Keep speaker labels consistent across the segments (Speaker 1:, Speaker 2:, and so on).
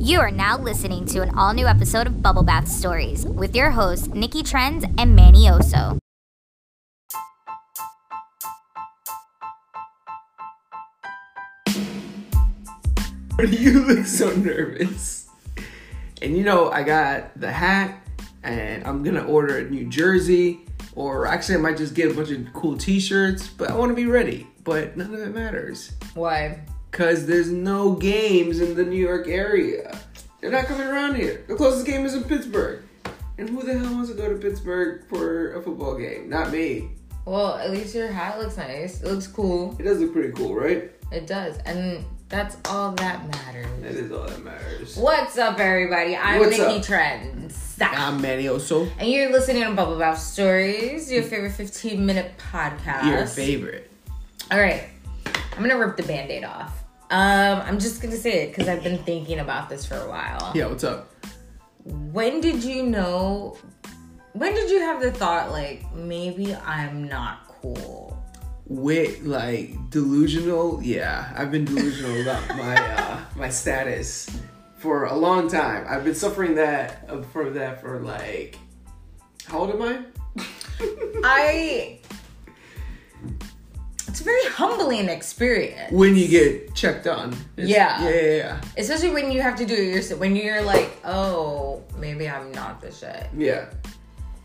Speaker 1: You are now listening to an all new episode of Bubble Bath Stories with your hosts, Nikki Trends and Manny Oso.
Speaker 2: you look so nervous. And you know, I got the hat, and I'm gonna order a new jersey, or actually, I might just get a bunch of cool t shirts, but I wanna be ready. But none of it matters.
Speaker 3: Why?
Speaker 2: Because there's no games in the New York area. They're not coming around here. The closest game is in Pittsburgh. And who the hell wants to go to Pittsburgh for a football game? Not me.
Speaker 3: Well, at least your hat looks nice. It looks cool.
Speaker 2: It does look pretty cool, right?
Speaker 3: It does. And that's all that matters.
Speaker 2: That is all that matters.
Speaker 3: What's up, everybody? I'm
Speaker 2: What's
Speaker 3: Nikki
Speaker 2: up?
Speaker 3: Trends.
Speaker 2: I'm Manny Oso,
Speaker 3: and you're listening to Bubble Bath Stories, your favorite 15 minute podcast.
Speaker 2: your favorite.
Speaker 3: All right. I'm going to rip the band aid off. Um, I'm just going to say it because I've been thinking about this for a while.
Speaker 2: Yeah, what's up?
Speaker 3: When did you know? When did you have the thought, like, maybe I'm not cool?
Speaker 2: Wait, like delusional? Yeah, I've been delusional about my uh, my status for a long time. I've been suffering that uh, for that for like how old am I?
Speaker 3: I. It's a very humbling experience,
Speaker 2: When you get checked on? It's-
Speaker 3: Yeah.
Speaker 2: yeah, yeah, yeah,
Speaker 3: especially when you have to do it yourself. When you're like, oh, maybe I'm not the shit.
Speaker 2: yeah.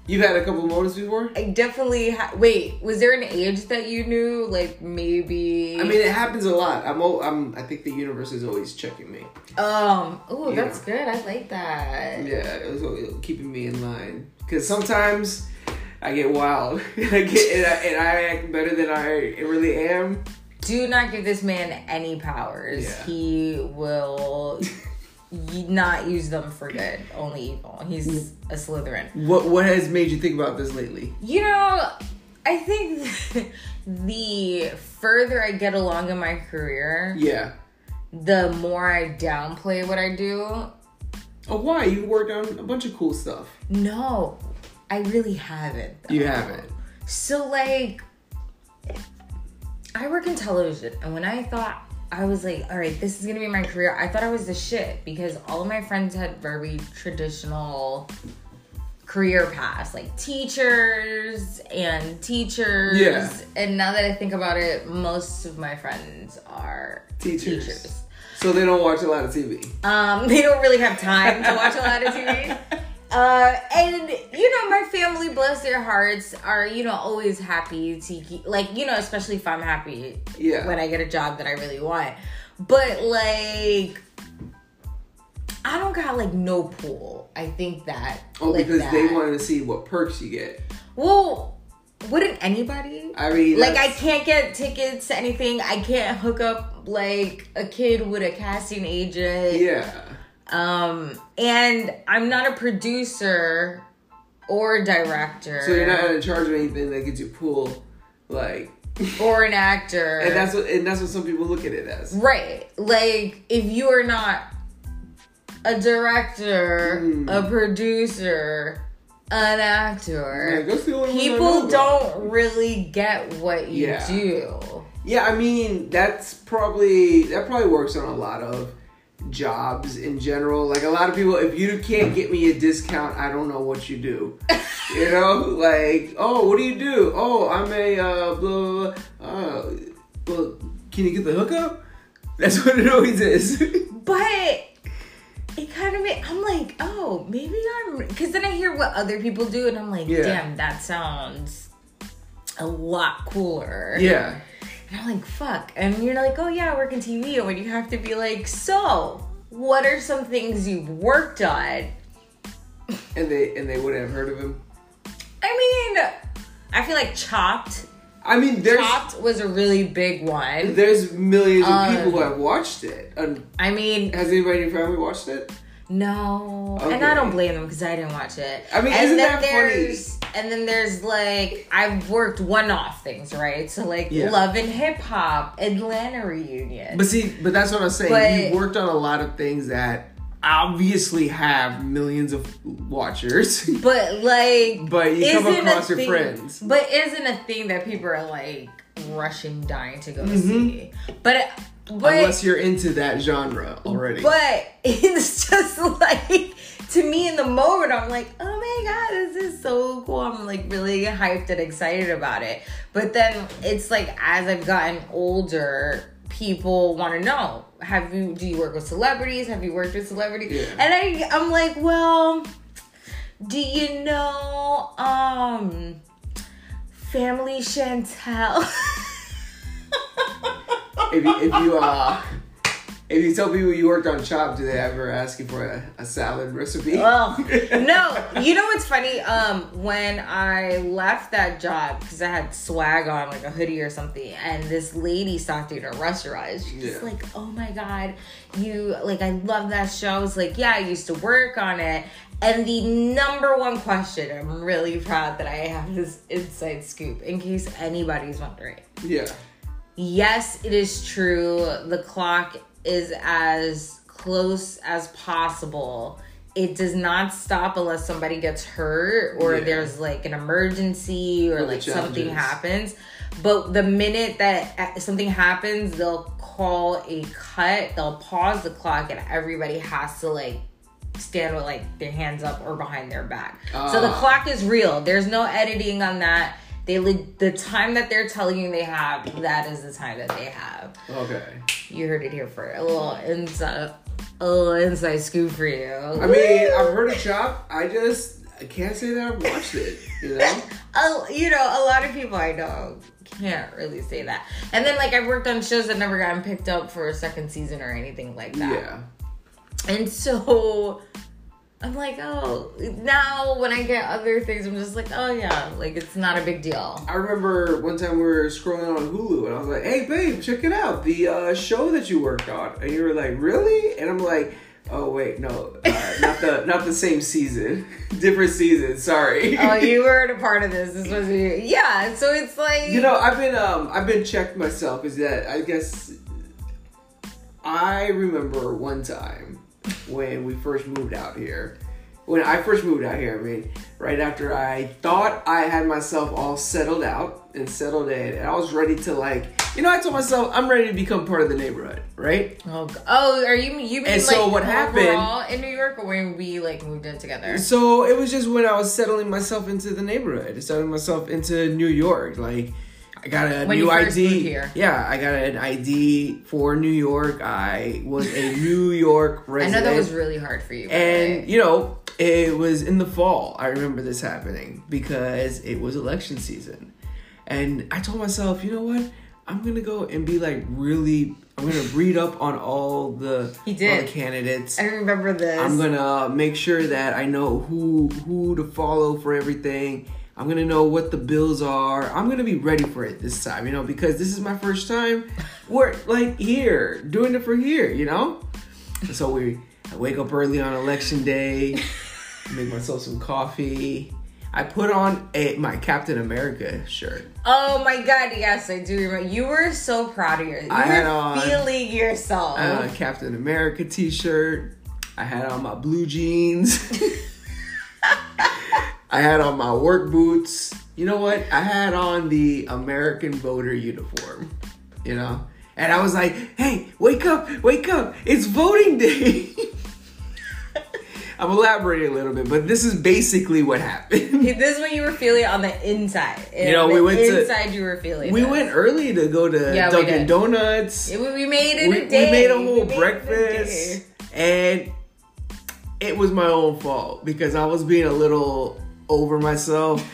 Speaker 2: You've had a couple moments before.
Speaker 3: I definitely ha- wait. Was there an age that you knew, like maybe?
Speaker 2: I mean, it happens a lot. I'm, al- I'm I think the universe is always checking me.
Speaker 3: um. Oh,
Speaker 2: Yeah.
Speaker 3: that's good. I like that.
Speaker 2: Yeah, it was always keeping me in line because sometimes I get wild and I get and I, and I act better than I really am.
Speaker 3: Do not give this man any powers.
Speaker 2: Yeah.
Speaker 3: He will y- not use them for good. Only evil. He's a Slytherin.
Speaker 2: What what has made you think about this lately?
Speaker 3: You know, I think the further I get along in my career,
Speaker 2: Yeah.
Speaker 3: the more I downplay what I do.
Speaker 2: Oh, why? You worked on a bunch of cool stuff.
Speaker 3: No, I really haven't. though.
Speaker 2: You haven't.
Speaker 3: So, like, I work in television, and when I thought, I was like, all right, this is gonna be my career, I thought I was the shit because all of my friends had very traditional career paths, like teachers and teachers.
Speaker 2: Yeah.
Speaker 3: And now that I think about it, most of my friends are
Speaker 2: Teachers.
Speaker 3: teachers.
Speaker 2: So they don't watch a lot of TV.
Speaker 3: Um, they don't really have time to watch a lot of TV. Uh, and you know, my family, bless their hearts, are you know always happy to keep, like you know, especially if I'm happy
Speaker 2: Yeah.
Speaker 3: when I get a job that I really want. But like, I don't got like no pool. I think that
Speaker 2: Oh,
Speaker 3: like
Speaker 2: because
Speaker 3: that.
Speaker 2: they wanted to see what perks you get.
Speaker 3: Well, wouldn't anybody?
Speaker 2: I mean,
Speaker 3: like I
Speaker 2: that's-
Speaker 3: can't get tickets to anything. I can't hook up like a kid with a casting agent.
Speaker 2: Yeah.
Speaker 3: Um, and I'm not a producer or a director
Speaker 2: So you're not in charge of anything that gets you pool, like,
Speaker 3: or an actor.
Speaker 2: and that's what and that's what some people look at it as.
Speaker 3: right. Like, if you are not a director,
Speaker 2: Hmm.
Speaker 3: a producer, an actor,
Speaker 2: Like, that's the only one I know
Speaker 3: people
Speaker 2: about.
Speaker 3: don't really get what you
Speaker 2: Yeah.
Speaker 3: do.
Speaker 2: Yeah, I mean that's probably that probably works on a lot of jobs in general. Like a lot of people, if you can't get me a discount, I don't know what you do. you know, like oh, what do you do? Oh, I'm a uh, blah blah. blah. Uh, well, can you get the hookup? That's what it always is.
Speaker 3: But it kind of made, I'm like, oh, maybe I'm because then I hear what other people do and I'm like,
Speaker 2: Yeah.
Speaker 3: damn, that sounds a lot cooler.
Speaker 2: yeah,
Speaker 3: And I'm like, fuck. And you're like, oh yeah, I work in TV, and when you have to be like, so what are some things you've worked on?
Speaker 2: and they and they wouldn't have heard of him.
Speaker 3: I mean, I feel like Chopped.
Speaker 2: I mean, there's
Speaker 3: Chopped was a really big one.
Speaker 2: there's millions of
Speaker 3: Uh,
Speaker 2: people who have watched it. Um,
Speaker 3: I mean,
Speaker 2: has anybody in your family watched it?
Speaker 3: no, and I
Speaker 2: Okay.
Speaker 3: don't blame them because I didn't watch it.
Speaker 2: I mean,
Speaker 3: and
Speaker 2: isn't that funny?
Speaker 3: there's, And then there's like I've worked one-off things, right? So like
Speaker 2: Yeah.
Speaker 3: Love and Hip Hop, Atlanta reunion.
Speaker 2: But see, but that's what I'm saying.
Speaker 3: But-
Speaker 2: you worked on a lot of things that obviously have millions of watchers.
Speaker 3: But like,
Speaker 2: But you come
Speaker 3: isn't a
Speaker 2: across your
Speaker 3: thing-
Speaker 2: friends.
Speaker 3: But isn't a thing that people are like, rushing, dying to go
Speaker 2: Mm-hmm.
Speaker 3: see. But it- but
Speaker 2: Unless you're into that genre already.
Speaker 3: but it's just like to me in the moment, I'm like, oh my god, this is so cool. I'm like really hyped and excited about it. But then it's like as I've gotten older. People want to know: Have you? Do you work with celebrities? Have you worked with celebrities?
Speaker 2: Yeah.
Speaker 3: And I, I'm like, well, do you know, um, Family Chantel?
Speaker 2: if you, if you uh if you tell people you worked on Chop, do they ever ask you for a, a salad recipe?
Speaker 3: Oh no! You know what's funny? Um, when I left that job because I had swag on, like a hoodie or something, and this lady stopped at a restaurant. She's
Speaker 2: Yeah.
Speaker 3: like, "Oh my god, you like I love that show." I was like, "Yeah, I used to work on it." And the number one question, I'm really proud that I have this inside scoop, in case anybody's wondering.
Speaker 2: yeah.
Speaker 3: Yes, it is true. The clock is as close as possible. It does not stop unless somebody gets hurt or
Speaker 2: Yeah.
Speaker 3: there's like an emergency or
Speaker 2: Or the
Speaker 3: like something
Speaker 2: challenges.
Speaker 3: happens. But the minute that uh, something happens, they'll call a cut, they'll pause the clock, and everybody has to like stand with like their hands up or behind their back. so the
Speaker 2: Ah.
Speaker 3: clock is real. There's no editing on that. They le- the time that they're telling you they have, that is the time that they have.
Speaker 2: Okay.
Speaker 3: You heard it here for a little inside, a little inside scoop for you.
Speaker 2: I mean, I've heard of Chop. I just I can't say that I've watched it. You know.
Speaker 3: a, you know, a lot of people I know can't really say that. And then like I've worked on shows that never gotten picked up for a second season or anything like that.
Speaker 2: Yeah.
Speaker 3: And so I'm like, oh, now when I get other things, I'm just like, oh yeah, like it's not a big deal.
Speaker 2: I remember one time we were scrolling on Hulu and I was like, "Hey, babe, check it out, the uh, show that you worked on." And you were like, "Really?" And I'm like, "Oh wait, no, uh, not the not the same season, different season. Sorry."
Speaker 3: Oh, you weren't a part of this. This was you. Yeah. So it's like,
Speaker 2: You know, I've been um I've been checked myself is that I guess I remember one time when we first moved out here. When I first moved out here, I mean, right after I thought I had myself all settled out and settled in, and I was ready to like, you know, I told myself I'm ready to become part of the neighborhood, right?
Speaker 3: oh, g- oh, are you, you mean
Speaker 2: And
Speaker 3: like
Speaker 2: so what happened-
Speaker 3: overall in New York or when we like moved in together?
Speaker 2: So it was just when I was settling myself into the neighborhood, settling myself into New York. Like, I got a
Speaker 3: When
Speaker 2: new
Speaker 3: you first
Speaker 2: ID.
Speaker 3: moved here.
Speaker 2: Yeah, I got an ID for New York. I was a New York
Speaker 3: I
Speaker 2: resident.
Speaker 3: know that was really hard for you. by the
Speaker 2: and
Speaker 3: way.
Speaker 2: you know, it was in the fall. I remember this happening because it was election season, and I told myself, you know what? I'm gonna go and be like really. I'm gonna read up on all the
Speaker 3: He
Speaker 2: all
Speaker 3: did.
Speaker 2: the candidates.
Speaker 3: I remember this.
Speaker 2: I'm gonna make sure that I know who who to follow for everything. I'm gonna know what the bills are. I'm gonna be ready for it this time, you know, because this is my first time. We're like here, doing it for here, you know. So we, I wake up early on election day, make myself some coffee. I put on a my Captain America shirt.
Speaker 3: oh my God. Yes, I do remember. You were so proud of your, you
Speaker 2: I
Speaker 3: were
Speaker 2: had on- Uh,
Speaker 3: feeling yourself.
Speaker 2: I had on a Captain America t-shirt. I had on my blue jeans. I had on my work boots. You know what? I had on the American voter uniform. You know? And I was like, hey, wake up, wake up. It's voting day. I'm elaborating a little bit, but this is basically what happened.
Speaker 3: This is what you were feeling on the inside.
Speaker 2: You know,
Speaker 3: The
Speaker 2: we went to-
Speaker 3: inside. you were feeling.
Speaker 2: we
Speaker 3: this.
Speaker 2: went early to go to
Speaker 3: Yeah, we
Speaker 2: Dunkin'
Speaker 3: did.
Speaker 2: Donuts.
Speaker 3: It- we made it
Speaker 2: we,
Speaker 3: a day.
Speaker 2: we made a
Speaker 3: We
Speaker 2: whole
Speaker 3: made it
Speaker 2: breakfast
Speaker 3: day.
Speaker 2: and it was my own fault because i was being a little over myself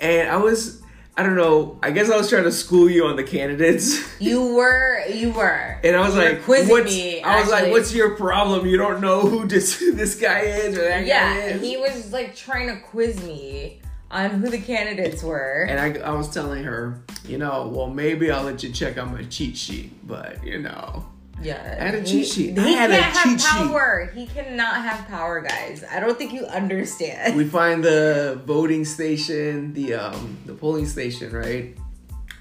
Speaker 2: and i was i don't know i guess i was trying to school you on the candidates
Speaker 3: You were. You were.
Speaker 2: and i was
Speaker 3: You were
Speaker 2: like
Speaker 3: quizzing
Speaker 2: what's
Speaker 3: me,
Speaker 2: i was
Speaker 3: actually.
Speaker 2: like what's your problem you don't know who this this guy is or that guy
Speaker 3: Yeah,
Speaker 2: is
Speaker 3: he was like trying to quiz me on who the candidates were.
Speaker 2: and I, I was telling her you know well maybe i'll let you check out my cheat sheet but you know
Speaker 3: yeah,
Speaker 2: I had a
Speaker 3: he-
Speaker 2: cheat sheet.
Speaker 3: He,
Speaker 2: I had a
Speaker 3: can't have
Speaker 2: cheat sheet.
Speaker 3: power. He cannot have power, guys. I don't think you understand.
Speaker 2: we find the voting station, the um, the polling station, right?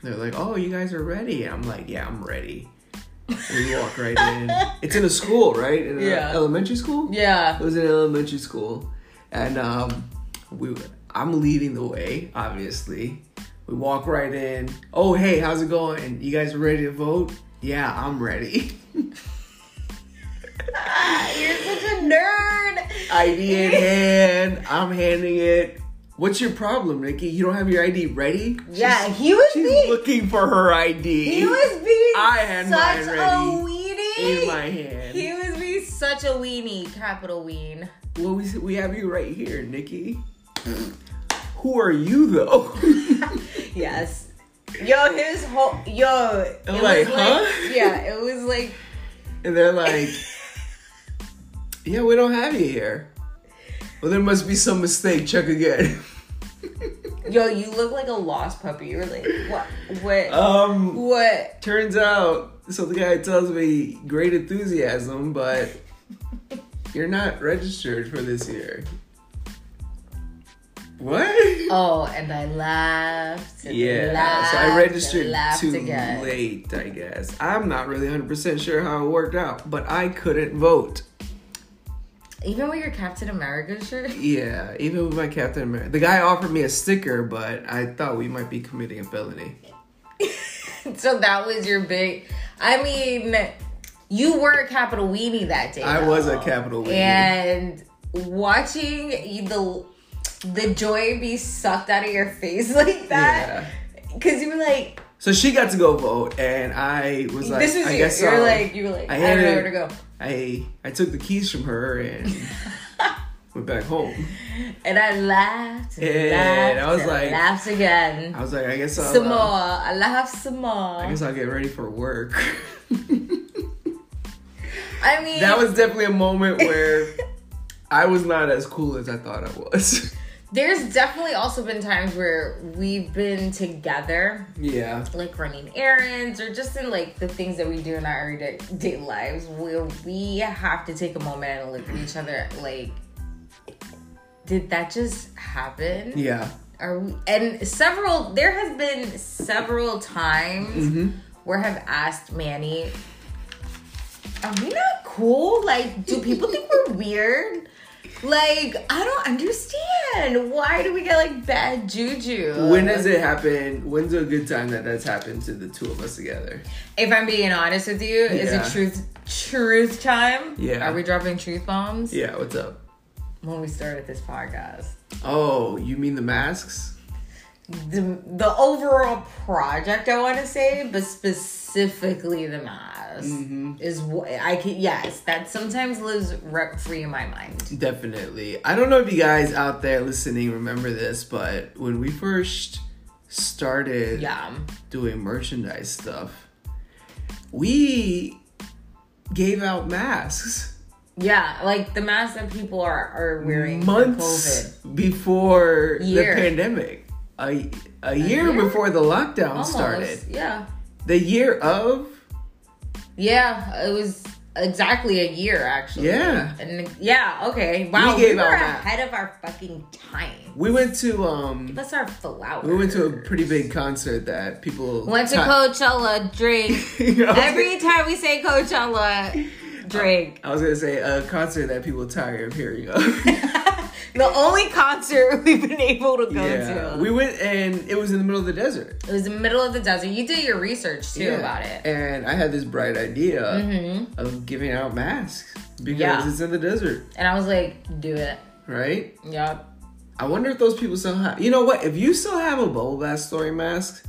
Speaker 2: They're like, "Oh, you guys are ready." And I'm like, "Yeah, I'm ready." And we walk right in. It's in a school, right? In a
Speaker 3: Yeah.
Speaker 2: Elementary school. It
Speaker 3: yeah,
Speaker 2: was in elementary school, and um, we. I'm leading the way, obviously. We walk right in. Oh, hey, how's it going? And you guys ready to vote? Yeah, I'm ready.
Speaker 3: Ah, You're such a nerd.
Speaker 2: ID in hand. I'm handing it. What's your problem, Nikki? You don't have your ID ready?
Speaker 3: Yeah, he was
Speaker 2: She's
Speaker 3: being
Speaker 2: looking for her ID.
Speaker 3: he was being
Speaker 2: I had
Speaker 3: such
Speaker 2: mine
Speaker 3: a
Speaker 2: ready
Speaker 3: weenie.
Speaker 2: in my hand.
Speaker 3: He was being such a weenie, capital ween.
Speaker 2: Well, we, we have you right here, Nikki. Who are you, though?
Speaker 3: Yes. Yo, his whole yo. It
Speaker 2: Like,
Speaker 3: was
Speaker 2: huh?
Speaker 3: like yeah, it was like
Speaker 2: And they're like, yeah, we don't have you here. Well, there must be some mistake. Check again.
Speaker 3: yo, you look like a lost puppy. You were like, what, what,
Speaker 2: Um,
Speaker 3: what?
Speaker 2: turns out, so the guy tells me great enthusiasm, but you're not registered for this year. What?
Speaker 3: Oh, and I laughed. And
Speaker 2: yeah,
Speaker 3: laughed,
Speaker 2: so I
Speaker 3: and
Speaker 2: registered
Speaker 3: laughed
Speaker 2: too
Speaker 3: again.
Speaker 2: late, I guess. I'm not really 100% sure how it worked out, but I couldn't vote.
Speaker 3: Even with your Captain America shirt.
Speaker 2: Yeah, even with my Captain America. The guy offered me a sticker, but I thought we might be committing a felony.
Speaker 3: So that was your big. I mean, you were a capital weenie that day.
Speaker 2: I
Speaker 3: though.
Speaker 2: was a capital weenie.
Speaker 3: And watching you- the the joy be sucked out of your face like that, because you were like,
Speaker 2: So she got to go vote, and I was like,
Speaker 3: "This is
Speaker 2: I
Speaker 3: you."
Speaker 2: guess
Speaker 3: you were
Speaker 2: so.
Speaker 3: like, you were like,
Speaker 2: I
Speaker 3: I, don't know
Speaker 2: had
Speaker 3: where
Speaker 2: it.
Speaker 3: to go.
Speaker 2: I I took the keys from her and went back home.
Speaker 3: And I laughed. And,
Speaker 2: Yeah,
Speaker 3: laughed,
Speaker 2: I was
Speaker 3: and
Speaker 2: like-
Speaker 3: laughed again.
Speaker 2: I was like, I guess I'll,
Speaker 3: Some
Speaker 2: uh,
Speaker 3: more. I laughed some
Speaker 2: I
Speaker 3: more.
Speaker 2: guess I'll get ready for work.
Speaker 3: I mean,
Speaker 2: that was definitely a moment where I was not as cool as I thought I was.
Speaker 3: there's definitely also been times where we've been together
Speaker 2: yeah,
Speaker 3: like running errands or just in like the things that we do in our everyday day lives where we have to take a moment and look at each other like did that just happen
Speaker 2: yeah.
Speaker 3: are we and several there has been several times
Speaker 2: Mm-hmm.
Speaker 3: where i've asked manny are we not cool like do people think we're weird like i don't understand why do we get like bad juju
Speaker 2: When does it happen? When's a good time that that's happened to the two of us together?
Speaker 3: If I'm being honest with you, is
Speaker 2: Yeah.
Speaker 3: it truth truth time?
Speaker 2: Yeah.
Speaker 3: Are we dropping truth bombs?
Speaker 2: Yeah, what's up?
Speaker 3: When we started this podcast.
Speaker 2: Oh, you mean the masks?
Speaker 3: The the overall project I wanna say, but specifically the mass.
Speaker 2: Mm-hmm.
Speaker 3: Is what I can yes, that sometimes lives rep free in my mind.
Speaker 2: Definitely. I don't know if you guys out there listening remember this, but when we first started
Speaker 3: Yeah.
Speaker 2: doing merchandise stuff, we gave out masks
Speaker 3: Yeah, like the mask that people are, are wearing for COVID.
Speaker 2: months before
Speaker 3: Year.
Speaker 2: the pandemic. A, a, year,
Speaker 3: year?
Speaker 2: before the lockdown
Speaker 3: Almost.
Speaker 2: started.
Speaker 3: Yeah.
Speaker 2: The year of
Speaker 3: Yeah, it was exactly a year actually.
Speaker 2: Yeah.
Speaker 3: And yeah, okay.
Speaker 2: We
Speaker 3: Wow, we,
Speaker 2: gave
Speaker 3: were
Speaker 2: out that.
Speaker 3: ahead of our fucking time.
Speaker 2: we went to um
Speaker 3: That's our flower.
Speaker 2: we went to a pretty big concert that people
Speaker 3: Went to
Speaker 2: ti-
Speaker 3: Coachella, drink.
Speaker 2: I was
Speaker 3: Every time we say Coachella, drink.
Speaker 2: I was gonna say a concert that people tired of hearing of.
Speaker 3: the only concert we've been able to go
Speaker 2: yeah,
Speaker 3: to.
Speaker 2: we went and it was in the middle of the desert.
Speaker 3: it was the middle of the desert. You did your research too about it. Mm-hmm.
Speaker 2: And I had this bright idea of giving out masks because
Speaker 3: Yeah.
Speaker 2: it's in the desert,
Speaker 3: And I was like, do it.
Speaker 2: right?
Speaker 3: Yup.
Speaker 2: I wonder if those people still have. You know what? If you still have a bubble bath story mask,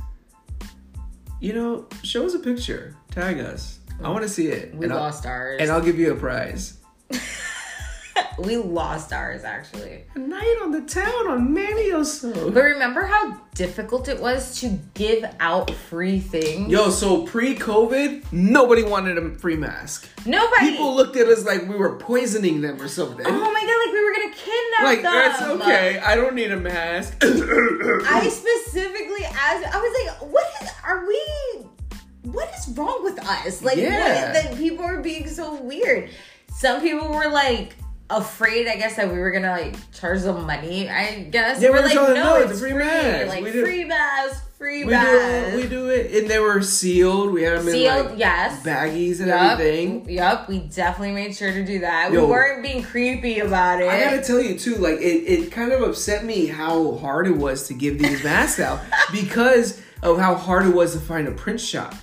Speaker 2: you know, show us a picture. Tag us. I want to see it.
Speaker 3: We
Speaker 2: and
Speaker 3: lost
Speaker 2: I'll,
Speaker 3: ours.
Speaker 2: and I'll give you a prize.
Speaker 3: we lost ours actually.
Speaker 2: A night on the town on Manioso.
Speaker 3: But remember how difficult it was to give out free things?
Speaker 2: Yo, so pre-COVID, nobody wanted a free mask.
Speaker 3: Nobody.
Speaker 2: People looked at us like we were poisoning them or something.
Speaker 3: oh my god, like we were gonna kidnap
Speaker 2: like
Speaker 3: them.
Speaker 2: that's okay. I don't need a mask. I
Speaker 3: I specifically asked. I was like, "What is? Are we? What is wrong with us? Like,
Speaker 2: Yeah.
Speaker 3: what, that people are being so weird." Some people were like, afraid, I guess, that we were gonna like charge them money. I guess.
Speaker 2: Yeah, we
Speaker 3: We're
Speaker 2: were
Speaker 3: like,
Speaker 2: telling them,
Speaker 3: no, it's free
Speaker 2: bags.
Speaker 3: Like
Speaker 2: We do-
Speaker 3: free bags, free
Speaker 2: We do,
Speaker 3: bags.
Speaker 2: we do it, and they were sealed. We had them
Speaker 3: Sealed,
Speaker 2: in like
Speaker 3: yes.
Speaker 2: baggies and
Speaker 3: Yup.
Speaker 2: everything.
Speaker 3: Yup, we definitely made sure to do that.
Speaker 2: Yo.
Speaker 3: we weren't being creepy about it.
Speaker 2: I gotta tell you too, like it, it kind of upset me how hard it was to give these masks out because of how hard it was to find a print shop.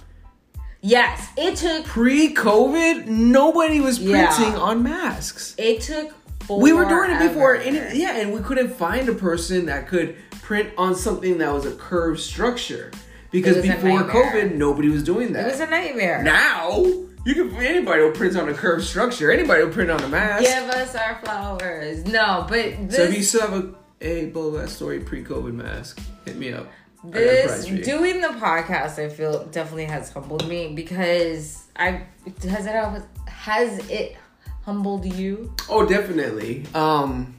Speaker 3: yes, it took
Speaker 2: Pre-COVID, nobody was printing
Speaker 3: Yeah.
Speaker 2: on masks.
Speaker 3: it took.
Speaker 2: We were doing it before,
Speaker 3: forever.
Speaker 2: and it, yeah, and we couldn't find a person that could print on something that was a curved structure because
Speaker 3: was a
Speaker 2: before
Speaker 3: nightmare.
Speaker 2: COVID, nobody was doing that.
Speaker 3: It was a nightmare.
Speaker 2: now you can anybody will print on a curved structure. Anybody will print on a mask.
Speaker 3: Give us our flowers. No, but
Speaker 2: So if you
Speaker 3: this,
Speaker 2: still have a a Boba story pre-COVID mask, hit me up. I got a
Speaker 3: this
Speaker 2: prize for you.
Speaker 3: doing the podcast, I feel definitely has humbled me because I has it has it humbled you?
Speaker 2: oh, definitely. Um,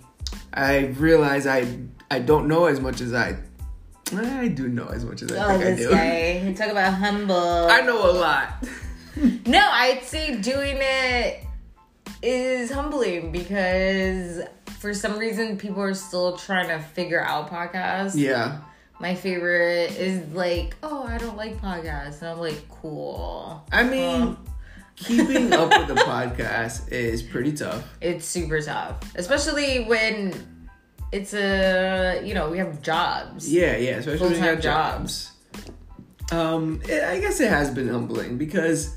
Speaker 2: I realize I I don't know as much as I I do know as much as I
Speaker 3: Oh,
Speaker 2: think I
Speaker 3: this
Speaker 2: do.
Speaker 3: guy. He talk about humble.
Speaker 2: I know a lot.
Speaker 3: No, I'd say doing it is humbling because for some reason people are still trying to figure out podcasts.
Speaker 2: yeah.
Speaker 3: My favorite is like, oh, I don't like podcasts. And I'm like, cool.
Speaker 2: I mean,
Speaker 3: Well.
Speaker 2: keeping up with the podcast is pretty tough.
Speaker 3: It's super tough, especially when it's a, you know, we have jobs.
Speaker 2: Yeah, yeah, especially when you
Speaker 3: Full-time
Speaker 2: have jobs. Um, it, I guess it has been humbling because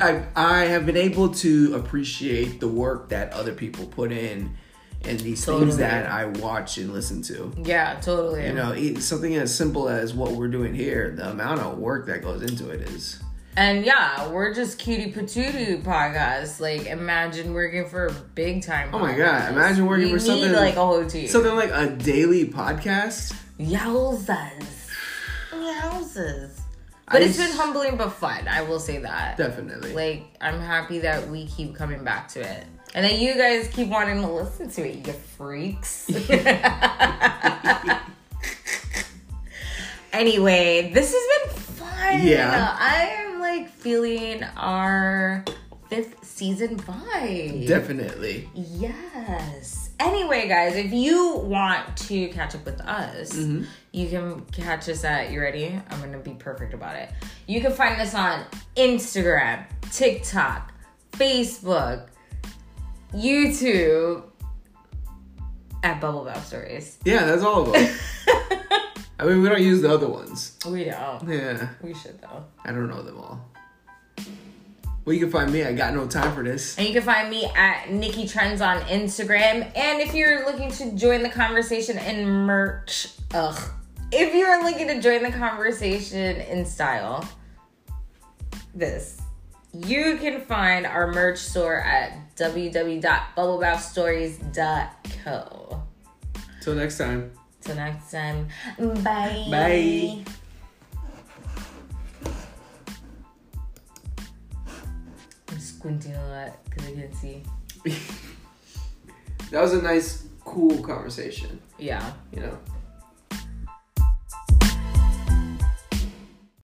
Speaker 2: I I have been able to appreciate the work that other people put in and these things
Speaker 3: Totally.
Speaker 2: that I watch and listen to.
Speaker 3: Yeah, totally.
Speaker 2: You know, it, something as simple as what we're doing here, the amount of work that goes into it is.
Speaker 3: And yeah, we're just cutie patootie podcasts. Like, imagine working for a big time.
Speaker 2: Oh my god! Imagine working
Speaker 3: we
Speaker 2: for
Speaker 3: need
Speaker 2: something
Speaker 3: like a whole team.
Speaker 2: something like a daily podcast.
Speaker 3: Yowzas. Yowzas. But
Speaker 2: I
Speaker 3: it's been
Speaker 2: s-
Speaker 3: humbling but fun. I will say that.
Speaker 2: Definitely.
Speaker 3: Like, I'm happy that we keep coming back to it. And that you guys keep wanting to listen to it, you freaks. anyway, this has been fun.
Speaker 2: Yeah.
Speaker 3: I am like feeling our fifth season vibe.
Speaker 2: Definitely.
Speaker 3: Yes. Anyway, guys, if you want to catch up with us, you can catch us at, you ready? I'm going to be perfect about it. You can find us on Instagram, TikTok, Facebook, YouTube, at Bubble Bath Stories.
Speaker 2: Yeah, that's all of them. I mean, we don't use the other ones.
Speaker 3: we don't.
Speaker 2: Yeah.
Speaker 3: We should, though.
Speaker 2: I don't know them all. Well, you can find me. I got no time for this.
Speaker 3: And you can find me at Nikki Trends on Instagram. And if you're looking to join the conversation in merch, ugh. If you're looking to join the conversation in style, this. You can find our merch store at www.bubblebathstories.co.
Speaker 2: Till next time.
Speaker 3: Till next time, bye.
Speaker 2: Bye.
Speaker 3: I'm squinting a lot because I can't see.
Speaker 2: that was a nice, cool conversation.
Speaker 3: Yeah.
Speaker 2: You know.